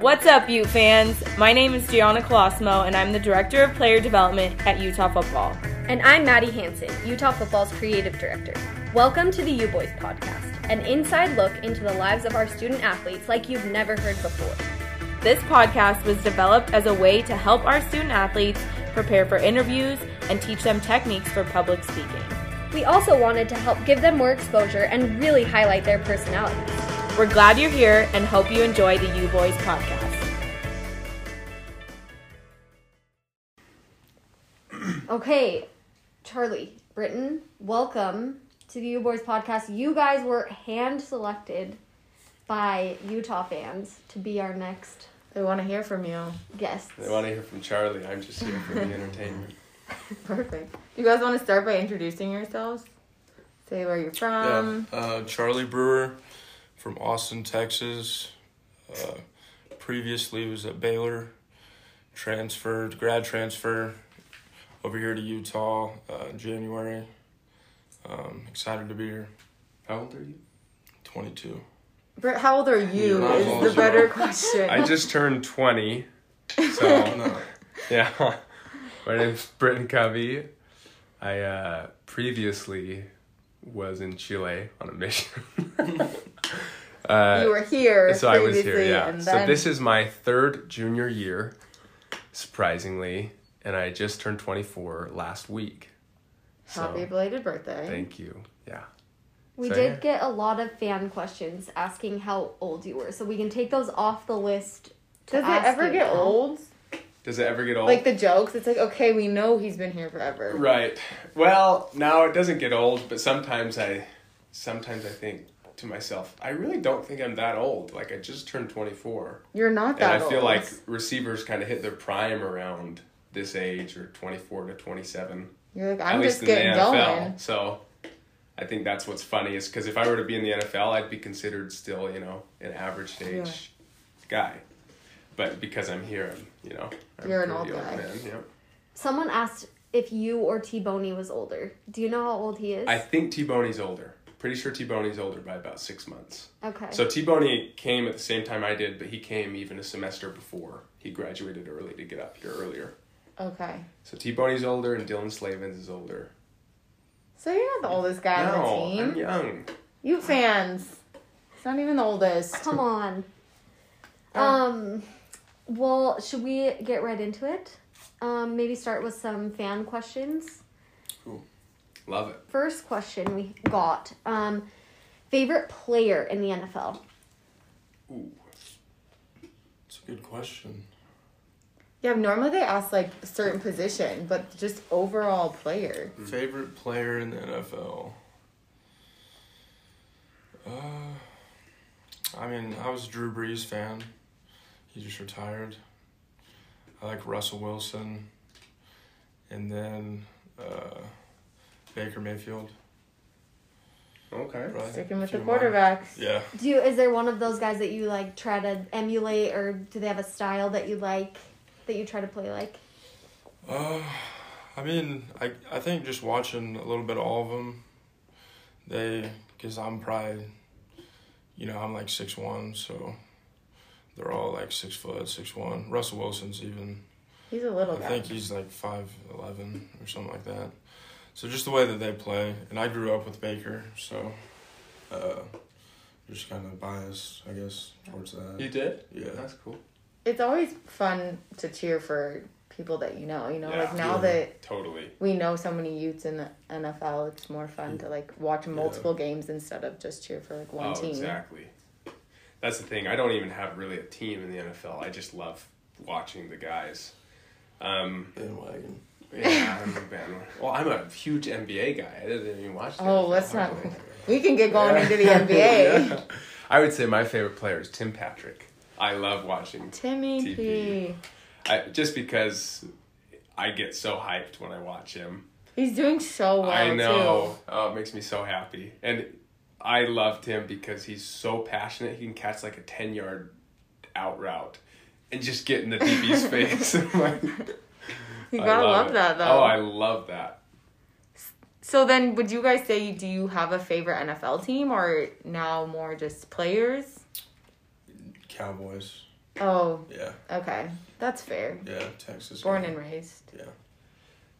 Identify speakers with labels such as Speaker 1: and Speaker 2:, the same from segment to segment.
Speaker 1: What's up, Ute fans? My name is Gianna Colosimo, and I'm the Director of Player Development at Utah Football.
Speaker 2: And I'm Maddie Hanson, Utah Football's Creative Director. Welcome to the U Boys Podcast, an inside look into the lives of our student athletes like you've never heard before.
Speaker 1: This podcast was developed as a way to help our student athletes prepare for interviews and teach them techniques for public speaking.
Speaker 2: We also wanted to help give them more exposure and really highlight their personalities.
Speaker 1: We're glad you're here and hope you enjoy the U Boys Podcast.
Speaker 2: Okay, Charlie, Britton, welcome to the U Boys podcast. You guys were hand selected by Utah fans to be our next
Speaker 3: They want to hear from you.
Speaker 2: guests.
Speaker 4: They want to hear from Charlie. I'm just here for the entertainment.
Speaker 3: Perfect. You guys want to start by introducing yourselves? Say where you're
Speaker 1: Um,
Speaker 3: from.
Speaker 4: yeah. Uh, Charlie Brewer from Austin, Texas. Uh, previously was at Baylor. Transferred, grad transfer over here to Utah uh, in January. Um, excited to be here. How old are you? 22.
Speaker 3: Brit, how old are you?
Speaker 4: How
Speaker 3: is
Speaker 4: old
Speaker 3: the
Speaker 4: you
Speaker 3: better
Speaker 4: are.
Speaker 3: question.
Speaker 5: I just turned 20.
Speaker 4: Oh,
Speaker 5: So,
Speaker 4: no.
Speaker 5: yeah. My name's Britton Covey. I uh, previously was in Chile on a mission. Uh,
Speaker 3: you were here.
Speaker 5: so I was here,
Speaker 3: previously,
Speaker 5: yeah.
Speaker 3: and
Speaker 5: So
Speaker 3: then-
Speaker 5: this is my third junior year, surprisingly, and I just turned 24 last week. So,
Speaker 3: happy belated birthday.
Speaker 5: thank you. Yeah.
Speaker 2: We
Speaker 5: So,
Speaker 2: did
Speaker 5: yeah.
Speaker 2: get a lot of fan questions asking how old you were, so we can take those off the list. To
Speaker 3: Does it
Speaker 2: ask
Speaker 3: ever
Speaker 2: you
Speaker 3: get
Speaker 2: now.
Speaker 3: old?
Speaker 5: Does it ever get old?
Speaker 3: Like the jokes, it's like okay, we know he's been here forever.
Speaker 5: Right. Well, now it doesn't get old, but sometimes I sometimes I think to myself, I really don't think I'm that old. Like I just turned 24.
Speaker 3: You're not
Speaker 5: And
Speaker 3: that
Speaker 5: I
Speaker 3: old.
Speaker 5: feel like receivers kind of hit their prime around this age or 24 to 27.
Speaker 3: you're like
Speaker 5: at
Speaker 3: I'm
Speaker 5: least
Speaker 3: just
Speaker 5: in the
Speaker 3: getting
Speaker 5: NFL.
Speaker 3: going.
Speaker 5: So I think that's what's funny is cuz if I were to be in the NFL, I'd be considered still, you know, an average age guy. But because I'm here, I'm, you know, I'm
Speaker 3: You're an
Speaker 5: pretty
Speaker 3: old guy.
Speaker 5: man, yeah.
Speaker 2: Someone asked if you or T Boney was older. Do you know how old he is?
Speaker 5: I think T Boney's older. Pretty sure T Boney's older by about six months.
Speaker 2: okay.
Speaker 5: So T Boney came at the same time I did, but he came even a semester before. He graduated early to get up here earlier.
Speaker 3: Okay,
Speaker 5: So T Boney's older and Dylan Slavens is older.
Speaker 3: so you're not the oldest guy
Speaker 5: no,
Speaker 3: on the
Speaker 5: I'm
Speaker 3: team.
Speaker 5: young.
Speaker 3: You fans, it's not even the oldest.
Speaker 2: Come on.
Speaker 3: Oh.
Speaker 2: Um, well, should we get right into it? Um, maybe start with some fan questions.
Speaker 5: Love it.
Speaker 2: First question we got um, favorite player in the NFL?
Speaker 5: Ooh.
Speaker 4: It's a good question.
Speaker 3: Yeah, normally they ask like a certain position, but just overall player.
Speaker 5: Mm-hmm.
Speaker 4: Favorite player in the NFL? Uh, I mean, I was a Drew Brees fan. He just retired. I like Russell Wilson. And then uh, Baker Mayfield.
Speaker 5: Okay.
Speaker 4: probably.
Speaker 3: Sticking with
Speaker 4: If you
Speaker 3: the
Speaker 4: don't mind.
Speaker 3: quarterbacks.
Speaker 4: Yeah.
Speaker 2: Do you, is there one of those guys that you like try to emulate, or do they have a style that you like that you try to play like?
Speaker 4: Uh, I mean, I I think just watching a little bit of all of them, they because I'm probably, you know, I'm like six one, so they're all like six foot, six one. Russell Wilson's even.
Speaker 3: He's a little
Speaker 4: I
Speaker 3: guy.
Speaker 4: think he's like five eleven or something like that. So just the way that they play, and I grew up with Baker, so uh, just kind of biased, I guess, towards that.
Speaker 5: did?
Speaker 4: Yeah.
Speaker 5: cool.
Speaker 3: It's always fun to cheer for people that you know. You know, like
Speaker 5: Yeah.
Speaker 3: now
Speaker 4: Yeah.
Speaker 3: that
Speaker 5: Totally.
Speaker 3: we know so many Utes in the NFL, it's more fun to like watch multiple games instead of just cheer for like one
Speaker 5: oh,
Speaker 3: team.
Speaker 5: exactly. That's the thing. I don't even have really a team in the NFL. I just love watching the guys. Um,
Speaker 4: Bandwagon.
Speaker 5: yeah, I'm a bandwagon. Well, I'm a huge NBA guy. I didn't even watch. The
Speaker 3: Oh,
Speaker 5: NFL
Speaker 3: let's not.
Speaker 5: hardly.
Speaker 3: We can get going
Speaker 5: Yeah.
Speaker 3: into the NBA.
Speaker 5: Yeah. I would say my favorite player is Tim Patrick. I love watching
Speaker 3: Timmy P.
Speaker 5: TP. I, just because I get so hyped when I watch him.
Speaker 3: He's doing so well.
Speaker 5: I know.
Speaker 3: Too.
Speaker 5: Oh, it makes me so happy. And I loved him because he's so passionate. He can catch like a 10 yard out route and just get in the DB's face. I'm like,
Speaker 3: You
Speaker 5: I
Speaker 3: gotta love,
Speaker 5: it.
Speaker 3: that though.
Speaker 5: Oh, I love that.
Speaker 3: So then, would you guys say do you have a favorite NFL team or now more just players?
Speaker 4: Cowboys.
Speaker 3: Oh,
Speaker 4: Yeah,
Speaker 3: okay. That's fair.
Speaker 4: yeah, Texas.
Speaker 3: Born
Speaker 4: guy.
Speaker 3: and raised.
Speaker 4: Yeah.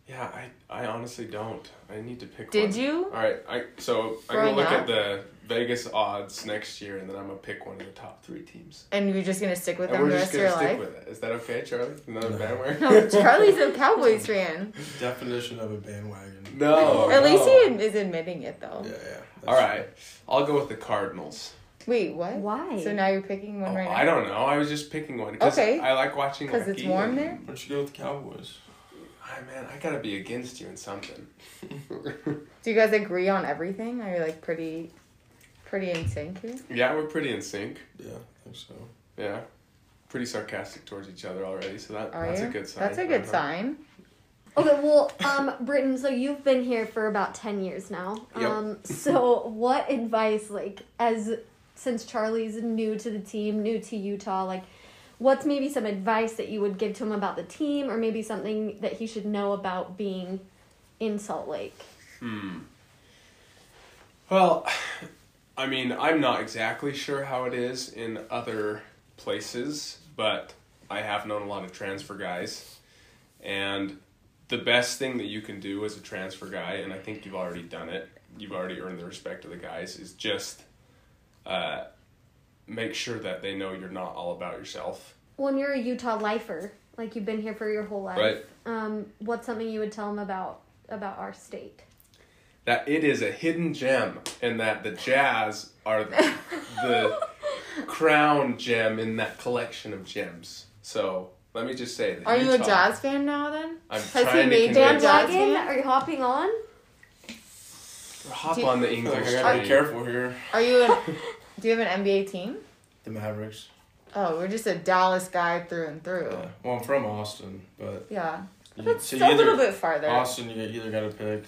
Speaker 5: Yeah, I, I honestly don't. I need to pick one.
Speaker 3: Did you?
Speaker 5: All right, I so I'm
Speaker 3: Growing
Speaker 5: gonna look
Speaker 3: up?
Speaker 5: at the Vegas odds next year, and then I'm gonna pick one of the top three teams.
Speaker 3: And you're just gonna stick with
Speaker 5: and
Speaker 3: them
Speaker 5: we're
Speaker 3: the
Speaker 5: just
Speaker 3: rest of
Speaker 5: gonna
Speaker 3: your
Speaker 5: stick
Speaker 3: life?
Speaker 5: with it. Is that okay, Charlie? Another bandwagon?
Speaker 3: No, Charlie's a Cowboys fan.
Speaker 4: Definition of a bandwagon.
Speaker 5: no.
Speaker 3: At least he
Speaker 5: Oh, no.
Speaker 3: ad- is admitting it though.
Speaker 4: Yeah, yeah.
Speaker 5: All right, I'll go with the Cardinals.
Speaker 3: Wait, what?
Speaker 6: Why?
Speaker 3: So now you're picking one
Speaker 5: Oh,
Speaker 3: right now.
Speaker 5: I don't know. I was just picking one. 'cause
Speaker 3: Okay.
Speaker 5: I like watching
Speaker 3: Because it's
Speaker 5: hockey
Speaker 3: warm
Speaker 5: and-
Speaker 3: there.
Speaker 4: Why don't you go with the Cowboys?
Speaker 5: Ah, man, I gotta be against you in something.
Speaker 3: Do you guys agree on everything? Are you like pretty, pretty in sync here?
Speaker 5: yeah, we're pretty in sync.
Speaker 4: Yeah, I think so.
Speaker 5: Yeah, pretty sarcastic towards each other already. So that
Speaker 3: Are
Speaker 5: that's
Speaker 3: you?
Speaker 5: a good sign.
Speaker 3: That's a good
Speaker 5: Uh-huh.
Speaker 3: sign.
Speaker 6: Okay, well, um, Britton, so you've been here for about ten years now.
Speaker 5: Yep.
Speaker 6: Um, so what advice, like, as since Charlie's new to the team, new to Utah, like, what's maybe some advice that you would give to him about the team, or maybe something that he should know about being in Salt Lake?
Speaker 5: Well, I mean, I'm not exactly sure how it is in other places, but I have known a lot of transfer guys. And the best thing that you can do as a transfer guy, and I think you've already done it, you've already earned the respect of the guys, is just uh, make sure that they know you're not all about yourself.
Speaker 6: When you're a Utah lifer, like you've been here for your whole life,
Speaker 5: Right.
Speaker 6: um, what's something you would tell him about about our state?
Speaker 5: That it is a hidden gem, and that the Jazz are the, the crown gem in that collection of gems. So let me just say that.
Speaker 3: Are you a
Speaker 5: Utah-
Speaker 3: jazz fan now then?
Speaker 5: I'm
Speaker 3: Has he
Speaker 5: trying to
Speaker 3: made
Speaker 5: convince-
Speaker 3: Dan Black-
Speaker 6: Bandwagon? Are you hopping on?
Speaker 5: Hop
Speaker 3: Do-
Speaker 5: on the
Speaker 4: I feel
Speaker 5: English
Speaker 4: like I gotta be
Speaker 5: train.
Speaker 4: careful here.
Speaker 3: Are you? An, do you have an NBA team?
Speaker 4: The Mavericks.
Speaker 3: Oh, we're just a Dallas guy through and through.
Speaker 4: Yeah. Well, I'm from Austin, but
Speaker 3: Yeah,
Speaker 4: you-
Speaker 3: that's
Speaker 4: so
Speaker 3: still a
Speaker 4: you either-
Speaker 3: little bit farther.
Speaker 4: Austin, you either gotta pick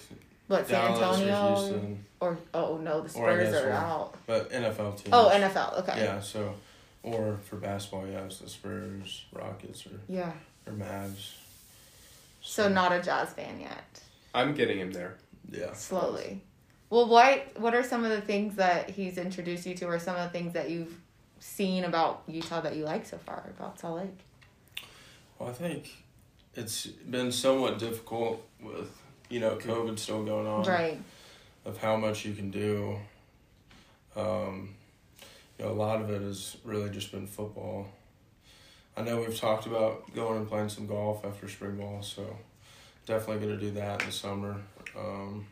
Speaker 3: What San
Speaker 4: Dallas or
Speaker 3: Antonio
Speaker 4: Houston,
Speaker 3: or, oh no, the
Speaker 4: Or I
Speaker 3: Spurs
Speaker 4: guess
Speaker 3: are
Speaker 4: we're-
Speaker 3: out.
Speaker 4: but NFL teams.
Speaker 3: Oh, NFL. Okay.
Speaker 4: Yeah, so or for basketball, yeah, it's the Spurs, Rockets, or
Speaker 3: Yeah.
Speaker 4: or Mavs.
Speaker 3: So not a jazz fan yet.
Speaker 5: I'm getting him there.
Speaker 4: Yeah.
Speaker 3: Slowly. Well, what what are some of the things that he's introduced you to, or some of the things that you've seen about Utah that you like so far about Salt Lake?
Speaker 4: Well, I think it's been somewhat difficult with you know COVID still going on,
Speaker 3: Right.
Speaker 4: Of how much you can do. Um, you know, a lot of it has really just been football. I know we've talked about going and playing some golf after spring ball, so definitely going to do that in the summer. Um,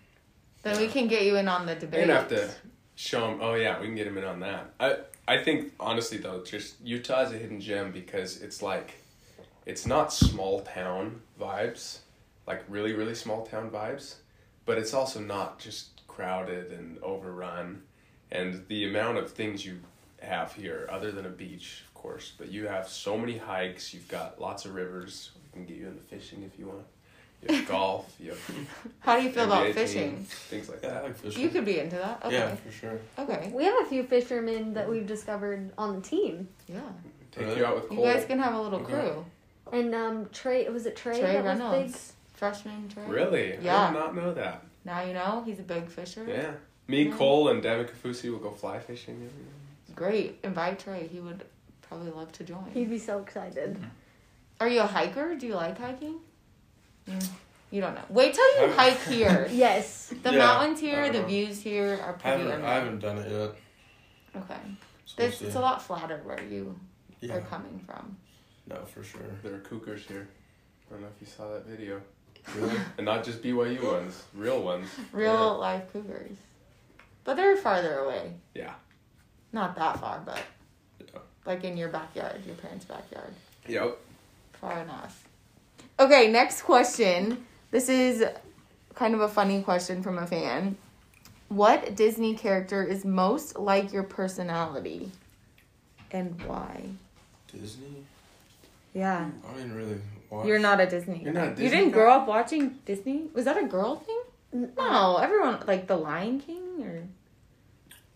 Speaker 3: Then we can get you in on the
Speaker 5: You're
Speaker 3: debate.
Speaker 5: gonna have to show him. Oh yeah, we can get him in on that. I I think honestly though, just Utah is a hidden gem because it's like, it's not small town vibes, like really really small town vibes, but it's also not just crowded and overrun, and the amount of things you have here other than a beach of course but you have so many hikes you've got lots of rivers we can get you into fishing if you want you have golf you have
Speaker 3: How do you feel about
Speaker 5: NBA team,
Speaker 3: fishing?
Speaker 5: things like
Speaker 4: yeah, I
Speaker 5: that.
Speaker 4: like fishing.
Speaker 3: You could be into that. Okay.
Speaker 4: Yeah, for sure.
Speaker 3: Okay.
Speaker 6: We have a few fishermen that we've discovered on the team.
Speaker 3: Yeah.
Speaker 5: Take
Speaker 4: Really?
Speaker 5: you out with
Speaker 3: You
Speaker 5: Cole.
Speaker 3: guys can have a little
Speaker 5: Okay.
Speaker 3: crew.
Speaker 6: And um, Trey, was it Trey?
Speaker 3: Trey
Speaker 6: that was
Speaker 3: Reynolds, freshman Trey.
Speaker 5: Really?
Speaker 3: Yeah. Mm.
Speaker 5: I did not know that.
Speaker 3: Now you know he's a big fisher.
Speaker 5: Yeah. Me,
Speaker 3: Yeah.
Speaker 5: Cole, and David Kafusi will go fly fishing. every year.
Speaker 3: Great. Invite Trey. He would probably love to join.
Speaker 6: Big? He'd be so excited.
Speaker 3: Are you a hiker? Do you like hiking? Mm, You don't know. Wait till you
Speaker 4: I'm-
Speaker 3: hike here.
Speaker 6: Yes.
Speaker 3: The
Speaker 4: Yeah,
Speaker 3: mountains
Speaker 4: I
Speaker 3: here,
Speaker 4: don't
Speaker 3: the
Speaker 4: know.
Speaker 3: views here are
Speaker 4: I
Speaker 3: pretty.
Speaker 4: haven't, I haven't done it yet.
Speaker 3: Okay.
Speaker 4: So we'll
Speaker 3: It's,
Speaker 4: see.
Speaker 3: it's a lot flatter where you
Speaker 4: yeah.
Speaker 3: are coming from.
Speaker 4: No, for sure.
Speaker 5: There are cougars here. I don't know if you saw that video.
Speaker 4: Really?
Speaker 5: And not just BYU ones, real ones.
Speaker 3: Real
Speaker 5: Yeah.
Speaker 3: life cougars. But they're farther away.
Speaker 5: Yeah.
Speaker 3: Not that far, but
Speaker 4: Yeah.
Speaker 3: like in your backyard, your parents' backyard.
Speaker 5: Yep.
Speaker 3: Far enough. Okay, next question. This is kind of a funny question from a fan. What Disney character is most like your personality and why?
Speaker 4: Disney?
Speaker 3: Yeah.
Speaker 4: I didn't really watch.
Speaker 3: You're not a Disney.
Speaker 5: You're not a
Speaker 3: guy.
Speaker 5: Disney
Speaker 3: You didn't
Speaker 5: guy?
Speaker 3: grow up watching Disney? Was that a girl thing? No, everyone like The Lion King or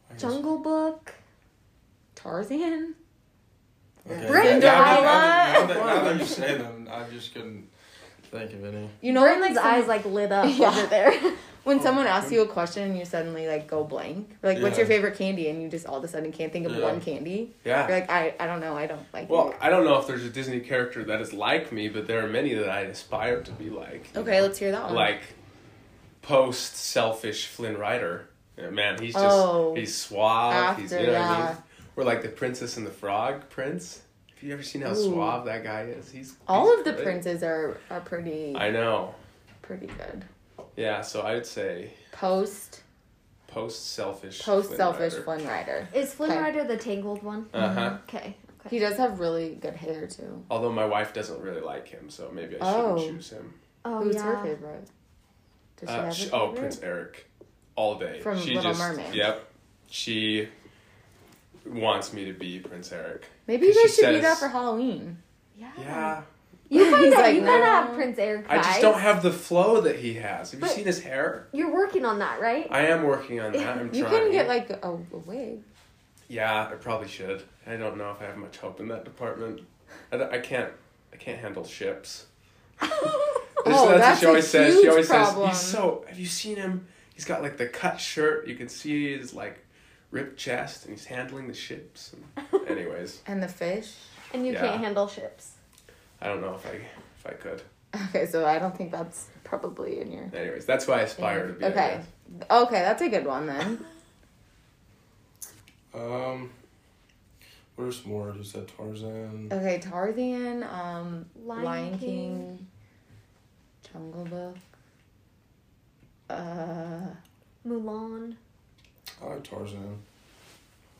Speaker 4: I guess-
Speaker 6: Jungle Book.
Speaker 3: Tarzan.
Speaker 4: Okay.
Speaker 6: Brenda,
Speaker 4: Now
Speaker 3: I
Speaker 4: that- now
Speaker 3: love-
Speaker 4: that- Now that you say them, I just couldn't think of any.
Speaker 3: You know,
Speaker 6: Britain's
Speaker 3: like some-
Speaker 6: eyes like lit up
Speaker 3: Yeah.
Speaker 6: over there.
Speaker 3: when someone asks you a question and you suddenly like go blank, like what's
Speaker 5: Oh Yeah.
Speaker 3: your favorite candy, and you just all of a sudden can't think of
Speaker 5: Yeah.
Speaker 3: one candy. You're
Speaker 5: Yeah.
Speaker 3: like, I, I don't know, I don't like.
Speaker 5: Ah. Well,
Speaker 3: it.
Speaker 5: I don't know if there's a Disney character that is like me, but there are many that I aspire to be like.
Speaker 3: okay, let's hear that one.
Speaker 5: Like post selfish Flynn Rider. Yeah, Man, he's just
Speaker 3: Oh.
Speaker 5: he's suave. he's you
Speaker 3: After
Speaker 5: know what I mean?
Speaker 3: that.
Speaker 5: Or like the Princess and the Frog Prince. Have you ever seen how
Speaker 3: Ooh.
Speaker 5: suave that guy is? He's
Speaker 3: all
Speaker 5: he's
Speaker 3: of the
Speaker 5: great.
Speaker 3: princes are are pretty
Speaker 5: I know.
Speaker 3: pretty good.
Speaker 5: Yeah, so I'd say
Speaker 3: Post
Speaker 5: post selfish.
Speaker 3: post selfish Flynn Rider.
Speaker 6: Is Flynn
Speaker 3: Okay.
Speaker 6: Rider the Tangled one?
Speaker 5: Uh huh.
Speaker 6: Okay. Okay.
Speaker 3: He does have really good hair too.
Speaker 5: Although my wife doesn't really like him, so maybe I
Speaker 3: Oh.
Speaker 5: shouldn't choose him.
Speaker 6: oh
Speaker 3: Who's
Speaker 6: yeah.
Speaker 3: her favorite? Does she
Speaker 5: Uh,
Speaker 3: have
Speaker 5: sh
Speaker 3: a
Speaker 5: oh,
Speaker 3: favorite?
Speaker 5: Prince Eric, all day.
Speaker 3: From
Speaker 5: she
Speaker 3: Little
Speaker 5: just,
Speaker 3: Mermaid.
Speaker 5: Yep, she wants me to be Prince Eric.
Speaker 3: Maybe you guys
Speaker 5: she
Speaker 3: should do that
Speaker 5: says-
Speaker 3: for Halloween.
Speaker 6: Yeah.
Speaker 3: Oh.
Speaker 5: Yeah,
Speaker 6: You kind
Speaker 3: He's
Speaker 6: of
Speaker 3: like,
Speaker 6: you
Speaker 3: no.
Speaker 6: kind of have Prince Eric
Speaker 5: I
Speaker 6: vibes.
Speaker 5: just don't have the flow that he has. Have you
Speaker 6: But-
Speaker 5: seen his hair?
Speaker 6: You're working on that, right?
Speaker 5: I am working on that. I'm
Speaker 3: You
Speaker 5: trying.
Speaker 3: couldn't get like a, a wig.
Speaker 5: yeah, I probably should. I don't know if I have much hope in that department. I, don't- I can't. I can't handle ships. This-
Speaker 3: Oh, that's
Speaker 5: she
Speaker 3: a
Speaker 5: always says. She
Speaker 3: huge
Speaker 5: always
Speaker 3: problem.
Speaker 5: says he's so. Have you seen him? He's got like the cut shirt. You can see his like ripped chest, and he's handling the ships. And anyways,
Speaker 3: And the fish.
Speaker 6: and you
Speaker 5: Yeah.
Speaker 6: can't handle ships.
Speaker 5: I don't know if I if I could.
Speaker 3: Okay, so I don't think that's probably in your.
Speaker 5: Anyways, that's why I aspire to be. I
Speaker 3: Okay.
Speaker 5: guess.
Speaker 3: Okay, that's a good one then.
Speaker 4: Um, what are some more? Is that Tarzan?
Speaker 3: Okay, Tarzan, um,
Speaker 6: Lion
Speaker 3: Lion, King. Jungle Book. Uh,
Speaker 6: Mulan.
Speaker 4: I like Tarzan.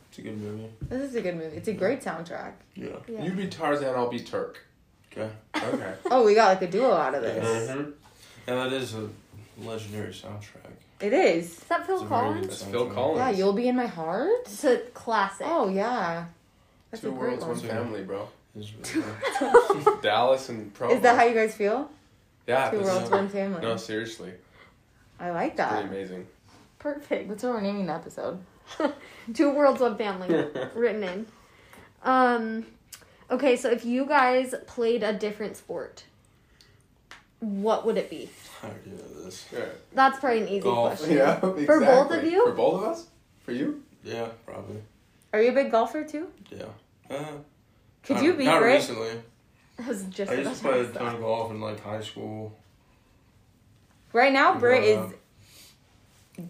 Speaker 4: It's a good movie.
Speaker 3: this is a good movie. It's a great soundtrack.
Speaker 4: Yeah.
Speaker 6: Yeah.
Speaker 5: You be Tarzan, I'll be Turk.
Speaker 4: Okay.
Speaker 5: Okay.
Speaker 3: Oh, we got like a duo out of this.
Speaker 5: Mhm.
Speaker 4: Yeah, that is a legendary soundtrack.
Speaker 3: It is.
Speaker 6: Is that Phil
Speaker 4: It's a very good
Speaker 6: Collins?
Speaker 5: That's Phil
Speaker 4: soundtrack.
Speaker 5: Collins.
Speaker 3: Yeah, you'll be in my heart.
Speaker 6: It's a classic.
Speaker 3: Oh yeah, that's
Speaker 5: Two
Speaker 3: a great
Speaker 5: worlds, one
Speaker 3: one.
Speaker 4: one.
Speaker 5: family, bro.
Speaker 4: It's really good.
Speaker 5: Dallas and Provo.
Speaker 3: Is that how you guys feel?
Speaker 5: Yeah.
Speaker 3: Two
Speaker 5: that's-
Speaker 3: worlds, one family. Ah.
Speaker 5: No, seriously,
Speaker 3: I like
Speaker 5: pretty
Speaker 3: that.
Speaker 5: amazing.
Speaker 6: Perfect.
Speaker 3: That's what we're naming the episode.
Speaker 6: Two worlds, one family. written in. Um, okay, so if you guys played a different sport, what would it be?
Speaker 4: I already know this.
Speaker 5: Yeah.
Speaker 6: That's probably an easy
Speaker 4: Golf.
Speaker 6: question.
Speaker 5: exactly.
Speaker 6: For both of you?
Speaker 5: For both of us? For you?
Speaker 4: Yeah, probably.
Speaker 3: Are you a big golfer too?
Speaker 4: Yeah. Uh,
Speaker 3: Could
Speaker 4: not-
Speaker 3: you be
Speaker 4: Not
Speaker 3: Brit?
Speaker 4: recently.
Speaker 6: I was just
Speaker 4: I
Speaker 6: about
Speaker 4: used to
Speaker 6: to
Speaker 4: play a
Speaker 6: ask that.
Speaker 4: ton of golf in like high school.
Speaker 3: Right now, Brit
Speaker 4: No.
Speaker 3: is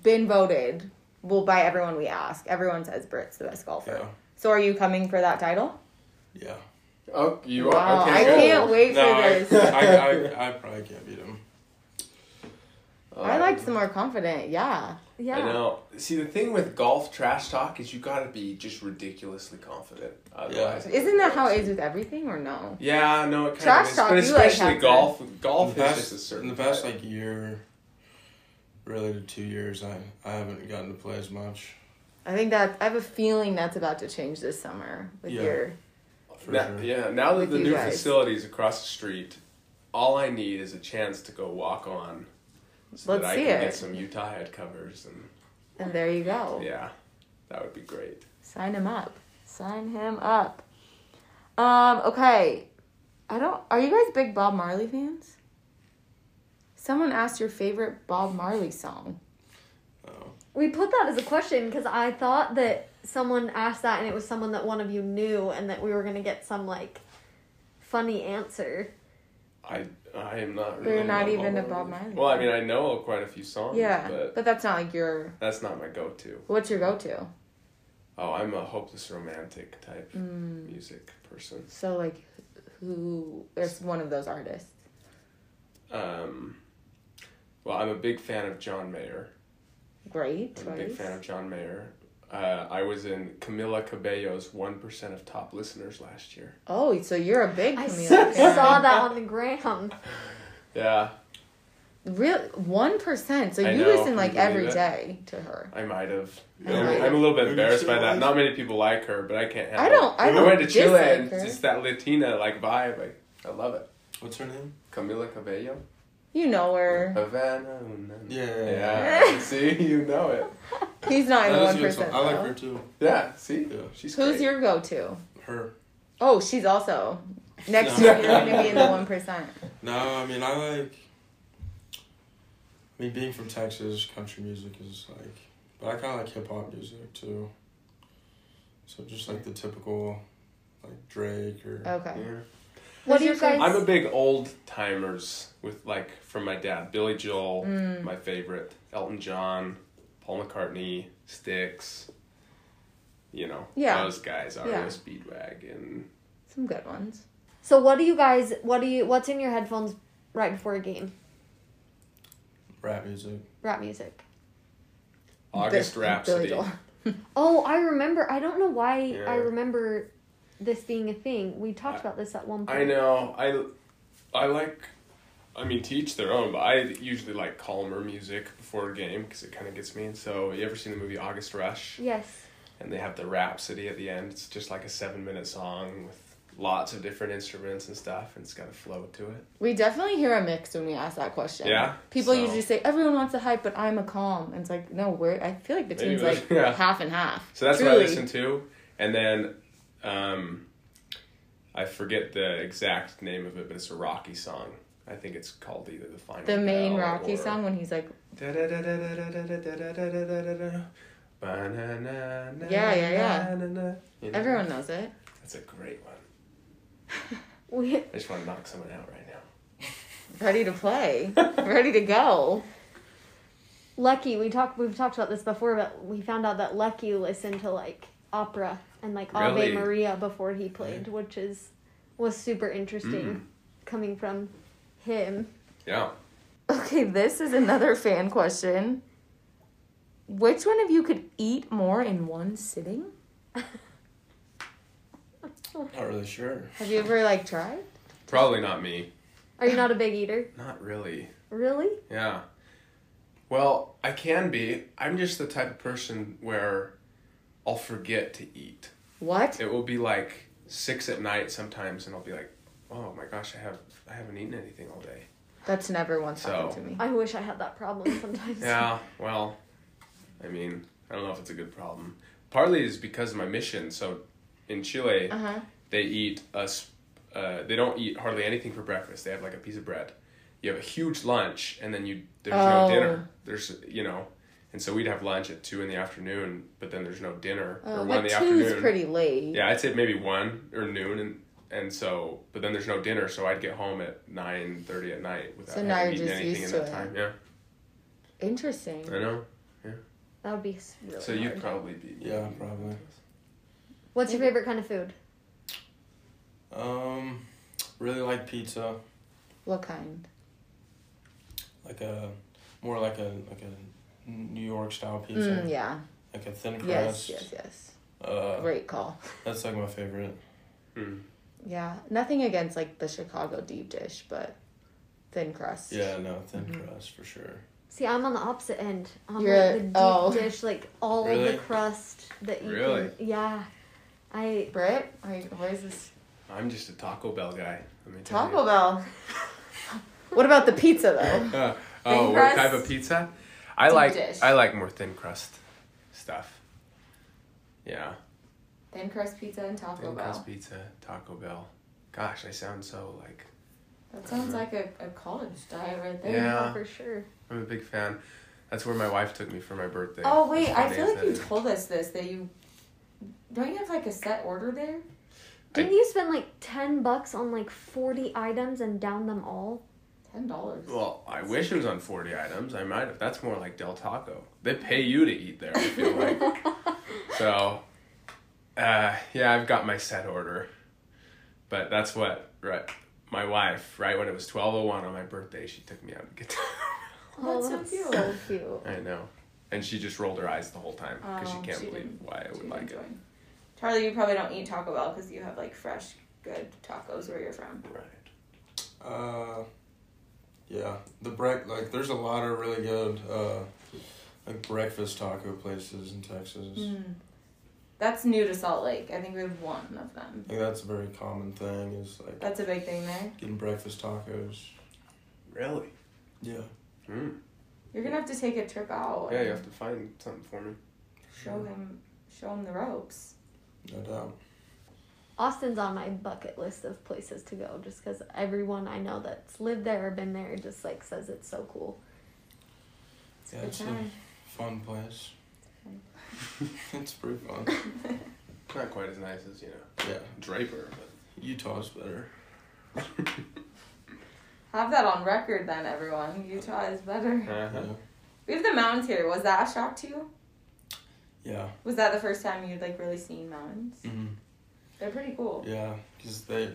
Speaker 3: been voted. Well, by everyone we ask, everyone says Brit's the best golfer.
Speaker 4: Yeah.
Speaker 3: So are you coming for that title?
Speaker 4: Yeah.
Speaker 5: Oh, you
Speaker 3: Wow,
Speaker 5: are. Okay,
Speaker 3: I
Speaker 5: good.
Speaker 3: can't wait
Speaker 4: No,
Speaker 3: for
Speaker 4: I,
Speaker 3: this.
Speaker 4: I, I, I probably can't beat him.
Speaker 3: I
Speaker 5: Um,
Speaker 3: like the more confident. Yeah.
Speaker 6: Yeah.
Speaker 5: I know. See, the thing with golf trash talk is you gotta be just ridiculously confident. Otherwise,
Speaker 3: Isn't that how it is with everything or no?
Speaker 5: Yeah, no, it kind
Speaker 3: Trash
Speaker 5: of is.
Speaker 3: talk,
Speaker 5: but
Speaker 3: you like
Speaker 5: especially
Speaker 3: have to-
Speaker 5: golf.
Speaker 4: In
Speaker 5: Golf
Speaker 4: the
Speaker 5: is just a
Speaker 4: past, in
Speaker 5: certain.
Speaker 4: the past
Speaker 5: type.
Speaker 4: like year, really to two years, I, I haven't gotten to play as much.
Speaker 3: I think that I have a feeling that's about to change this summer with
Speaker 4: Yeah.
Speaker 3: your
Speaker 4: For
Speaker 5: Now-
Speaker 4: sure.
Speaker 5: Yeah, now that
Speaker 3: With
Speaker 5: the
Speaker 3: you
Speaker 5: new
Speaker 3: guys.
Speaker 5: facility is across the street, all I need is a chance to go walk on, so
Speaker 3: Let's
Speaker 5: that I
Speaker 3: see
Speaker 5: can
Speaker 3: it.
Speaker 5: get some Utah head covers and
Speaker 3: and there you go.
Speaker 5: yeah, that would be great.
Speaker 3: Sign him up. Sign him up. Um, okay. I don't are you guys big Bob Marley fans? Someone asked your favorite Bob Marley song.
Speaker 4: Oh.
Speaker 6: We put that as a question because I thought that someone asked that and it was someone that one of you knew and that we were going to get some like funny answer.
Speaker 5: I I am not.
Speaker 3: But you're
Speaker 5: really
Speaker 3: not
Speaker 5: a
Speaker 3: even a
Speaker 5: Bob
Speaker 3: Bob
Speaker 5: Marley.
Speaker 3: Marley.
Speaker 5: Well, I mean, I know quite a few songs.
Speaker 3: Yeah. But,
Speaker 5: but
Speaker 3: that's not like your
Speaker 5: that's not my go-to.
Speaker 3: what's your go to?
Speaker 5: Oh, I'm a hopeless romantic type
Speaker 3: Mm.
Speaker 5: music person.
Speaker 3: So like who there's one of those artists.
Speaker 5: Um, well, I'm a big fan of John Mayer.
Speaker 3: Great.
Speaker 5: I'm a big
Speaker 3: choice.
Speaker 5: fan of John Mayer. Uh, I was in Camila Cabello's 1% of top listeners last year.
Speaker 3: Oh, so you're a big
Speaker 6: I
Speaker 3: Camila
Speaker 6: s-
Speaker 3: fan.
Speaker 6: saw that on the gram.
Speaker 5: Yeah,
Speaker 3: Real one percent. So
Speaker 5: I
Speaker 3: you
Speaker 5: know,
Speaker 3: listen
Speaker 5: can
Speaker 3: like
Speaker 5: you believe
Speaker 3: every
Speaker 5: it?
Speaker 3: day to her.
Speaker 5: I might have.
Speaker 3: I
Speaker 5: I'm,
Speaker 3: might
Speaker 5: I'm a little bit
Speaker 4: Who
Speaker 5: embarrassed
Speaker 4: she
Speaker 5: by that.
Speaker 4: was?
Speaker 5: Not many people like her, but I can't handle
Speaker 3: I don't.
Speaker 5: it.
Speaker 3: I don't.
Speaker 5: went to Chile
Speaker 3: dislike
Speaker 5: and
Speaker 3: her.
Speaker 5: it's that Latina like vibe. I, I love it.
Speaker 4: What's her name?
Speaker 5: Camila Cabello.
Speaker 3: You know her.
Speaker 5: Havana. na- na-
Speaker 4: Yeah.
Speaker 5: Yeah. See, you know it.
Speaker 3: He's not
Speaker 4: That
Speaker 3: even
Speaker 4: is a good song.
Speaker 3: one percent.
Speaker 4: I like her too.
Speaker 5: Yeah, see?
Speaker 4: Yeah.
Speaker 5: She's
Speaker 3: Who's
Speaker 5: great.
Speaker 3: your go-to?
Speaker 4: Her.
Speaker 3: Oh, she's also next
Speaker 4: No.
Speaker 3: year. You're gonna be in the one percent.
Speaker 4: No, I mean I like I mean, being from Texas, country music is like, but I kind of like hip hop music too. So just like the typical, like Drake or
Speaker 3: Okay.
Speaker 5: Yeah.
Speaker 6: What do
Speaker 3: your
Speaker 6: you guys?
Speaker 5: I'm a big old timers with like from my dad, Billy Joel,
Speaker 3: Mm.
Speaker 5: my favorite, Elton John, Paul McCartney, Styx. You know,
Speaker 3: Yeah.
Speaker 5: those guys are
Speaker 3: Yeah.
Speaker 5: Speedwagon.
Speaker 3: Some good ones.
Speaker 6: so what do you guys? What do you? What's in your headphones right before a game?
Speaker 4: rap music.
Speaker 6: Rap music.
Speaker 5: August
Speaker 3: Bill-
Speaker 5: Rhapsody.
Speaker 3: Billy Joel.
Speaker 6: Oh, I remember. I don't know why
Speaker 5: Yeah.
Speaker 6: I remember this being a thing. We talked about this at one point.
Speaker 5: I know. I I like. I mean, to each their own, but I usually like calmer music before a game because it kind of gets me. And so, you ever seen the movie August Rush?
Speaker 6: Yes.
Speaker 5: And they have the Rhapsody at the end. It's just like a seven minute song with lots of different instruments and stuff, and it's got a flow to it.
Speaker 3: We definitely hear a mix when we ask that question.
Speaker 5: Yeah,
Speaker 3: People
Speaker 5: so-
Speaker 3: usually say everyone wants a hype, but I'm a calm, and it's like no, we're. I feel like the
Speaker 5: Maybe
Speaker 3: team's
Speaker 5: that's-
Speaker 3: like
Speaker 5: yeah.
Speaker 3: half and half.
Speaker 5: So that's what
Speaker 3: Truly.
Speaker 5: I listen to. And then um, I forget the exact name of it, but it's a Rocky song. I think it's called either the final.
Speaker 3: The main
Speaker 5: Bell
Speaker 3: Rocky
Speaker 5: or-
Speaker 3: song when he's like,
Speaker 5: Yeah,
Speaker 3: Yeah, yeah, yeah.
Speaker 5: yeah.
Speaker 3: everyone knows it.
Speaker 5: That's a great one.
Speaker 6: We,
Speaker 5: I just want to knock someone out right now.
Speaker 3: Ready to play, ready to go.
Speaker 6: Lucky, we talked. We've talked about this before, but we found out that Lucky listened to like opera and like Ave
Speaker 5: Really?
Speaker 6: Maria before he played, which is was super interesting
Speaker 5: Mm.
Speaker 6: coming from him.
Speaker 5: Yeah.
Speaker 3: Okay, this is another fan question. Which one of you could eat more in one sitting?
Speaker 4: Not really sure.
Speaker 3: Have you ever like tried?
Speaker 5: Probably not me.
Speaker 6: Are you not a big eater?
Speaker 5: Not really.
Speaker 6: Really?
Speaker 5: Yeah. Well, I can be. I'm just the type of person where I'll forget to eat.
Speaker 3: What?
Speaker 5: It will be like six at night sometimes, and I'll be like, "Oh my gosh, I have I haven't eaten anything all day."
Speaker 3: That's never once
Speaker 5: So-
Speaker 3: happened to me.
Speaker 6: I wish I had that problem sometimes.
Speaker 5: Yeah. Well, I mean, I don't know if it's a good problem. Partly is because of my mission. So, in Chile,
Speaker 3: Uh huh.
Speaker 5: they eat us. Uh, they don't eat hardly anything for breakfast. They have like a piece of bread. You have a huge lunch, and then you there's
Speaker 3: Oh.
Speaker 5: no dinner. There's you know, and so we'd have lunch at two in the afternoon, but then there's no dinner
Speaker 3: Oh,
Speaker 5: or one in
Speaker 3: but
Speaker 5: the
Speaker 3: two's
Speaker 5: afternoon.
Speaker 3: pretty late.
Speaker 5: Yeah, I'd say maybe one or noon, and and so but then there's no dinner, so I'd get home at nine thirty at night without
Speaker 3: So now
Speaker 5: having
Speaker 3: you're
Speaker 5: eaten
Speaker 3: just
Speaker 5: anything
Speaker 3: used
Speaker 5: in
Speaker 3: to
Speaker 5: that
Speaker 3: it.
Speaker 5: time. Yeah,
Speaker 3: Interesting.
Speaker 5: I know.
Speaker 6: That would be s- really
Speaker 5: So you'd
Speaker 6: hard.
Speaker 5: probably be
Speaker 4: Yeah, probably.
Speaker 6: What's your favorite kind of food?
Speaker 4: Um, really like pizza,
Speaker 3: What kind?
Speaker 4: like a more like a like a New York style pizza,
Speaker 3: Mm, yeah.
Speaker 4: like a thin
Speaker 3: Yes,
Speaker 4: crust.
Speaker 3: yes, yes.
Speaker 4: Uh,
Speaker 3: Great call.
Speaker 4: that's like my favorite.
Speaker 5: Mm.
Speaker 3: Yeah. Nothing against like the Chicago deep dish, but thin crust.
Speaker 4: Yeah, no, thin
Speaker 3: Mm-hmm.
Speaker 4: crust for sure.
Speaker 6: See, I'm on the opposite end. I'm
Speaker 3: You're
Speaker 6: like
Speaker 3: a-
Speaker 6: the deep
Speaker 3: oh.
Speaker 6: dish, like all of
Speaker 4: Really?
Speaker 6: the crust that you
Speaker 5: Really?
Speaker 6: can. Yeah, I.
Speaker 3: Britt, are you, what is this?
Speaker 5: I'm just a Taco Bell guy. Let me tell
Speaker 3: Taco
Speaker 5: you.
Speaker 3: Bell. what about the pizza though?
Speaker 5: Uh, oh,
Speaker 3: crust?
Speaker 5: what type of pizza? I
Speaker 3: Deep
Speaker 5: like
Speaker 3: dish.
Speaker 5: I like more thin crust stuff. Yeah,
Speaker 3: Thin crust pizza and Taco
Speaker 5: thin
Speaker 3: Bell.
Speaker 5: crust pizza, Taco Bell. Gosh, I sound so like
Speaker 3: That sounds like a, a college diet right there.
Speaker 5: yeah.
Speaker 6: For sure.
Speaker 5: I'm a big fan. That's where my wife took me for my birthday.
Speaker 3: Oh wait,
Speaker 5: As
Speaker 3: I
Speaker 5: funny
Speaker 3: feel
Speaker 5: as
Speaker 3: like
Speaker 5: that
Speaker 3: you
Speaker 5: is.
Speaker 3: told us this that you don't you have like a set order there?
Speaker 6: Didn't you spend like 10 bucks on like 40 items and down them all?
Speaker 3: Ten dollars.
Speaker 5: Well, I wish it was on 40 items. I might have. That's more like Del Taco. They pay you to eat there, I feel like. so, uh, yeah, I've got my set order. But that's what, right? My wife, right when it was 1201 on my birthday, she took me out to get
Speaker 6: Oh,
Speaker 3: that's so
Speaker 6: that's
Speaker 3: cute.
Speaker 6: so cute.
Speaker 5: I know. And she just rolled her eyes the whole time because
Speaker 7: Oh,
Speaker 5: she can't
Speaker 7: she
Speaker 5: believe
Speaker 7: didn't-
Speaker 5: why I would
Speaker 7: You'd
Speaker 5: like
Speaker 7: enjoy.
Speaker 5: it.
Speaker 7: Charlie, you probably don't eat Taco Bell because you have like fresh, good tacos where you're from.
Speaker 5: Right.
Speaker 4: Uh, yeah, the break like there's a lot of really good uh, like breakfast taco places in Texas.
Speaker 7: That's new to Salt Lake. I think we have one of them.
Speaker 4: Like that's a very common thing is like
Speaker 7: That's a big thing there.
Speaker 4: getting breakfast tacos.
Speaker 5: Really?
Speaker 4: Yeah.
Speaker 5: Mm.
Speaker 7: You're gonna have to take a trip out.
Speaker 5: Yeah,
Speaker 7: and
Speaker 5: you have to find something for me.
Speaker 7: Show him, show him the ropes.
Speaker 4: No doubt.
Speaker 6: Austin's on my bucket list of places to go just because everyone I know that's lived there or been there just like says it's so cool.
Speaker 4: Yeah,
Speaker 7: Good
Speaker 4: it's a
Speaker 7: time.
Speaker 4: fun place. it's pretty fun.
Speaker 5: Not quite as nice as, you know,
Speaker 4: Yeah,
Speaker 5: Draper,
Speaker 4: Utah's better.
Speaker 7: Have that on record then, everyone. Utah is better.
Speaker 5: but.
Speaker 4: Yeah.
Speaker 7: We have the mountains here. Was that a shock to you?
Speaker 4: Yeah.
Speaker 7: Was that the first time you'd like really seen mountains?
Speaker 4: hmm
Speaker 7: They're pretty cool.
Speaker 4: Yeah, because they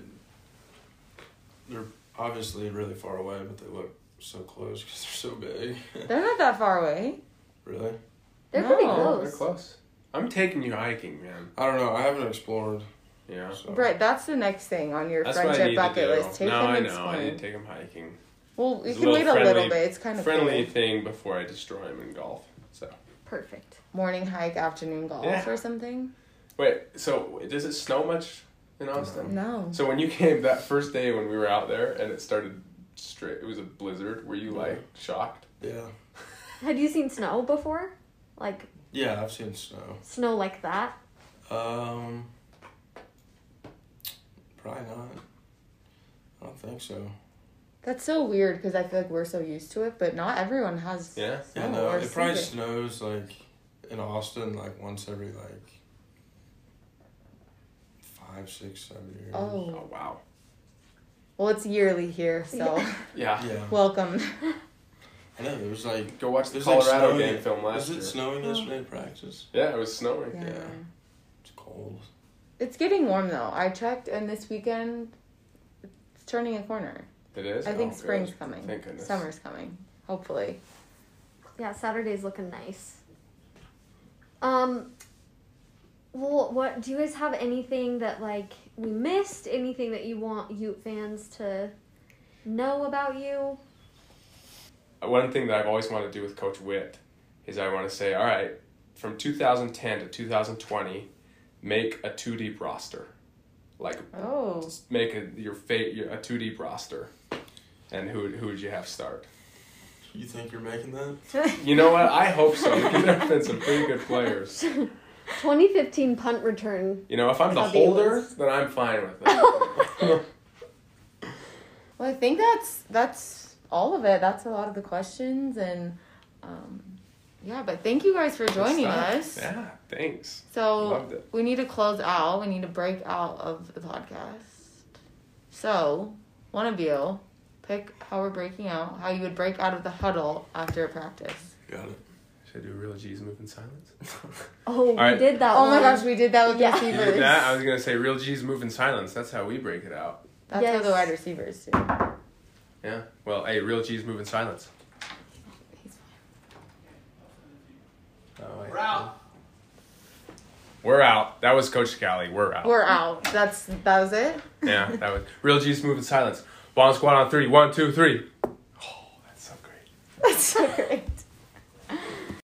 Speaker 4: they're obviously really far away, but they look so close because they're so big.
Speaker 3: They're not that far away.
Speaker 4: really?
Speaker 6: They're pretty
Speaker 3: No,
Speaker 5: They're
Speaker 6: close.
Speaker 5: close. I'm taking you hiking, man.
Speaker 4: I don't know. I haven't explored.
Speaker 5: Yeah.
Speaker 4: So.
Speaker 3: Right, that's the next thing on your
Speaker 5: That's what I
Speaker 3: friendship
Speaker 5: need to
Speaker 3: bucket
Speaker 5: do.
Speaker 3: list. Take
Speaker 5: no,
Speaker 3: them
Speaker 5: I
Speaker 3: and
Speaker 5: know. I
Speaker 3: swim.
Speaker 5: need to take him hiking.
Speaker 3: Well, we
Speaker 5: It's a
Speaker 3: can wait
Speaker 5: little
Speaker 3: a little
Speaker 5: friendly-
Speaker 3: bit. It's kind of
Speaker 5: Friendly
Speaker 3: cool.
Speaker 5: thing before I destroy him in golf. So
Speaker 6: Perfect.
Speaker 3: morning hike, afternoon golf,
Speaker 5: Yeah.
Speaker 3: or something.
Speaker 5: wait. So does it snow much in Austin?
Speaker 3: No,
Speaker 5: So when you came that first day when we were out there and it started straight, it was a blizzard. Were you like shocked?
Speaker 4: Yeah.
Speaker 6: Had you seen snow before? Like
Speaker 4: Yeah, I've seen snow.
Speaker 6: snow like that?
Speaker 4: Um, probably not. I don't think so.
Speaker 3: that's so weird because I feel like we're so used to it, but not everyone has.
Speaker 5: Yeah.
Speaker 3: snow
Speaker 4: Yeah, no.
Speaker 3: or
Speaker 4: It probably
Speaker 3: season.
Speaker 4: snows like in Austin like once every like five, six, seven years.
Speaker 3: Oh,
Speaker 5: Oh wow.
Speaker 3: well, it's yearly here, so
Speaker 5: Yeah.
Speaker 4: Yeah.
Speaker 3: welcome.
Speaker 4: I know. It was like
Speaker 5: Go watch the
Speaker 4: There's
Speaker 5: Colorado
Speaker 4: like snow
Speaker 5: game
Speaker 4: in-
Speaker 5: film last
Speaker 4: Is it
Speaker 5: year.
Speaker 4: snowing
Speaker 3: Oh.
Speaker 4: yesterday at practice?
Speaker 5: yeah, it was snowing.
Speaker 3: Yeah.
Speaker 4: Yeah. It's cold.
Speaker 3: It's getting warm though. I checked, and this weekend it's turning a corner.
Speaker 5: It is.
Speaker 3: I think
Speaker 5: Oh,
Speaker 3: spring's
Speaker 5: good.
Speaker 3: coming.
Speaker 5: Thank goodness.
Speaker 3: Summer's coming. Hopefully.
Speaker 6: Yeah, Saturday's looking nice. Um well, what do you guys have anything that like we missed? Anything that you want Ute fans to know about you?
Speaker 5: one thing that I've always wanted to do with Coach Witt is I want to say, all right, from 2010 to 2020, make a two deep roster, like
Speaker 3: Oh.
Speaker 5: s- make a your fate your, a two deep roster, and who who would you have start?
Speaker 4: You think you're making that?
Speaker 5: You know what? I hope so because there have been some pretty good players.
Speaker 6: 2015 punt return.
Speaker 5: You know, if I'm the
Speaker 3: I'll be
Speaker 5: holder,
Speaker 3: with-
Speaker 5: then I'm fine with it.
Speaker 3: Well, I think that's that's all of it. That's a lot of the questions and um, yeah. But thank you guys for joining us.
Speaker 5: Yeah, thanks.
Speaker 3: So
Speaker 5: Loved it.
Speaker 3: we need to close out. We need to break out of the podcast. So one of you pick how we're breaking out. How you would break out of the huddle after a practice.
Speaker 4: Got it.
Speaker 5: Should I do real G's move in silence?
Speaker 6: Oh,
Speaker 5: right.
Speaker 6: we did that.
Speaker 3: Oh my
Speaker 6: one.
Speaker 3: gosh, we did that with
Speaker 6: Yeah.
Speaker 3: the
Speaker 5: You
Speaker 3: receivers.
Speaker 5: did that? I was gonna say real G's move in silence. That's how we break it out.
Speaker 3: That's how
Speaker 6: Yes.
Speaker 3: the wide receivers do.
Speaker 5: Yeah. Well, hey, real G's move in silence.
Speaker 3: He's
Speaker 5: Oh, We're out. We're out. That was Coach Scally. We're out.
Speaker 3: We're out. That's that was it.
Speaker 5: yeah, that was real G's move in silence. Bomb squad on three. One, two, three. Oh, that's so great.
Speaker 3: That's so great.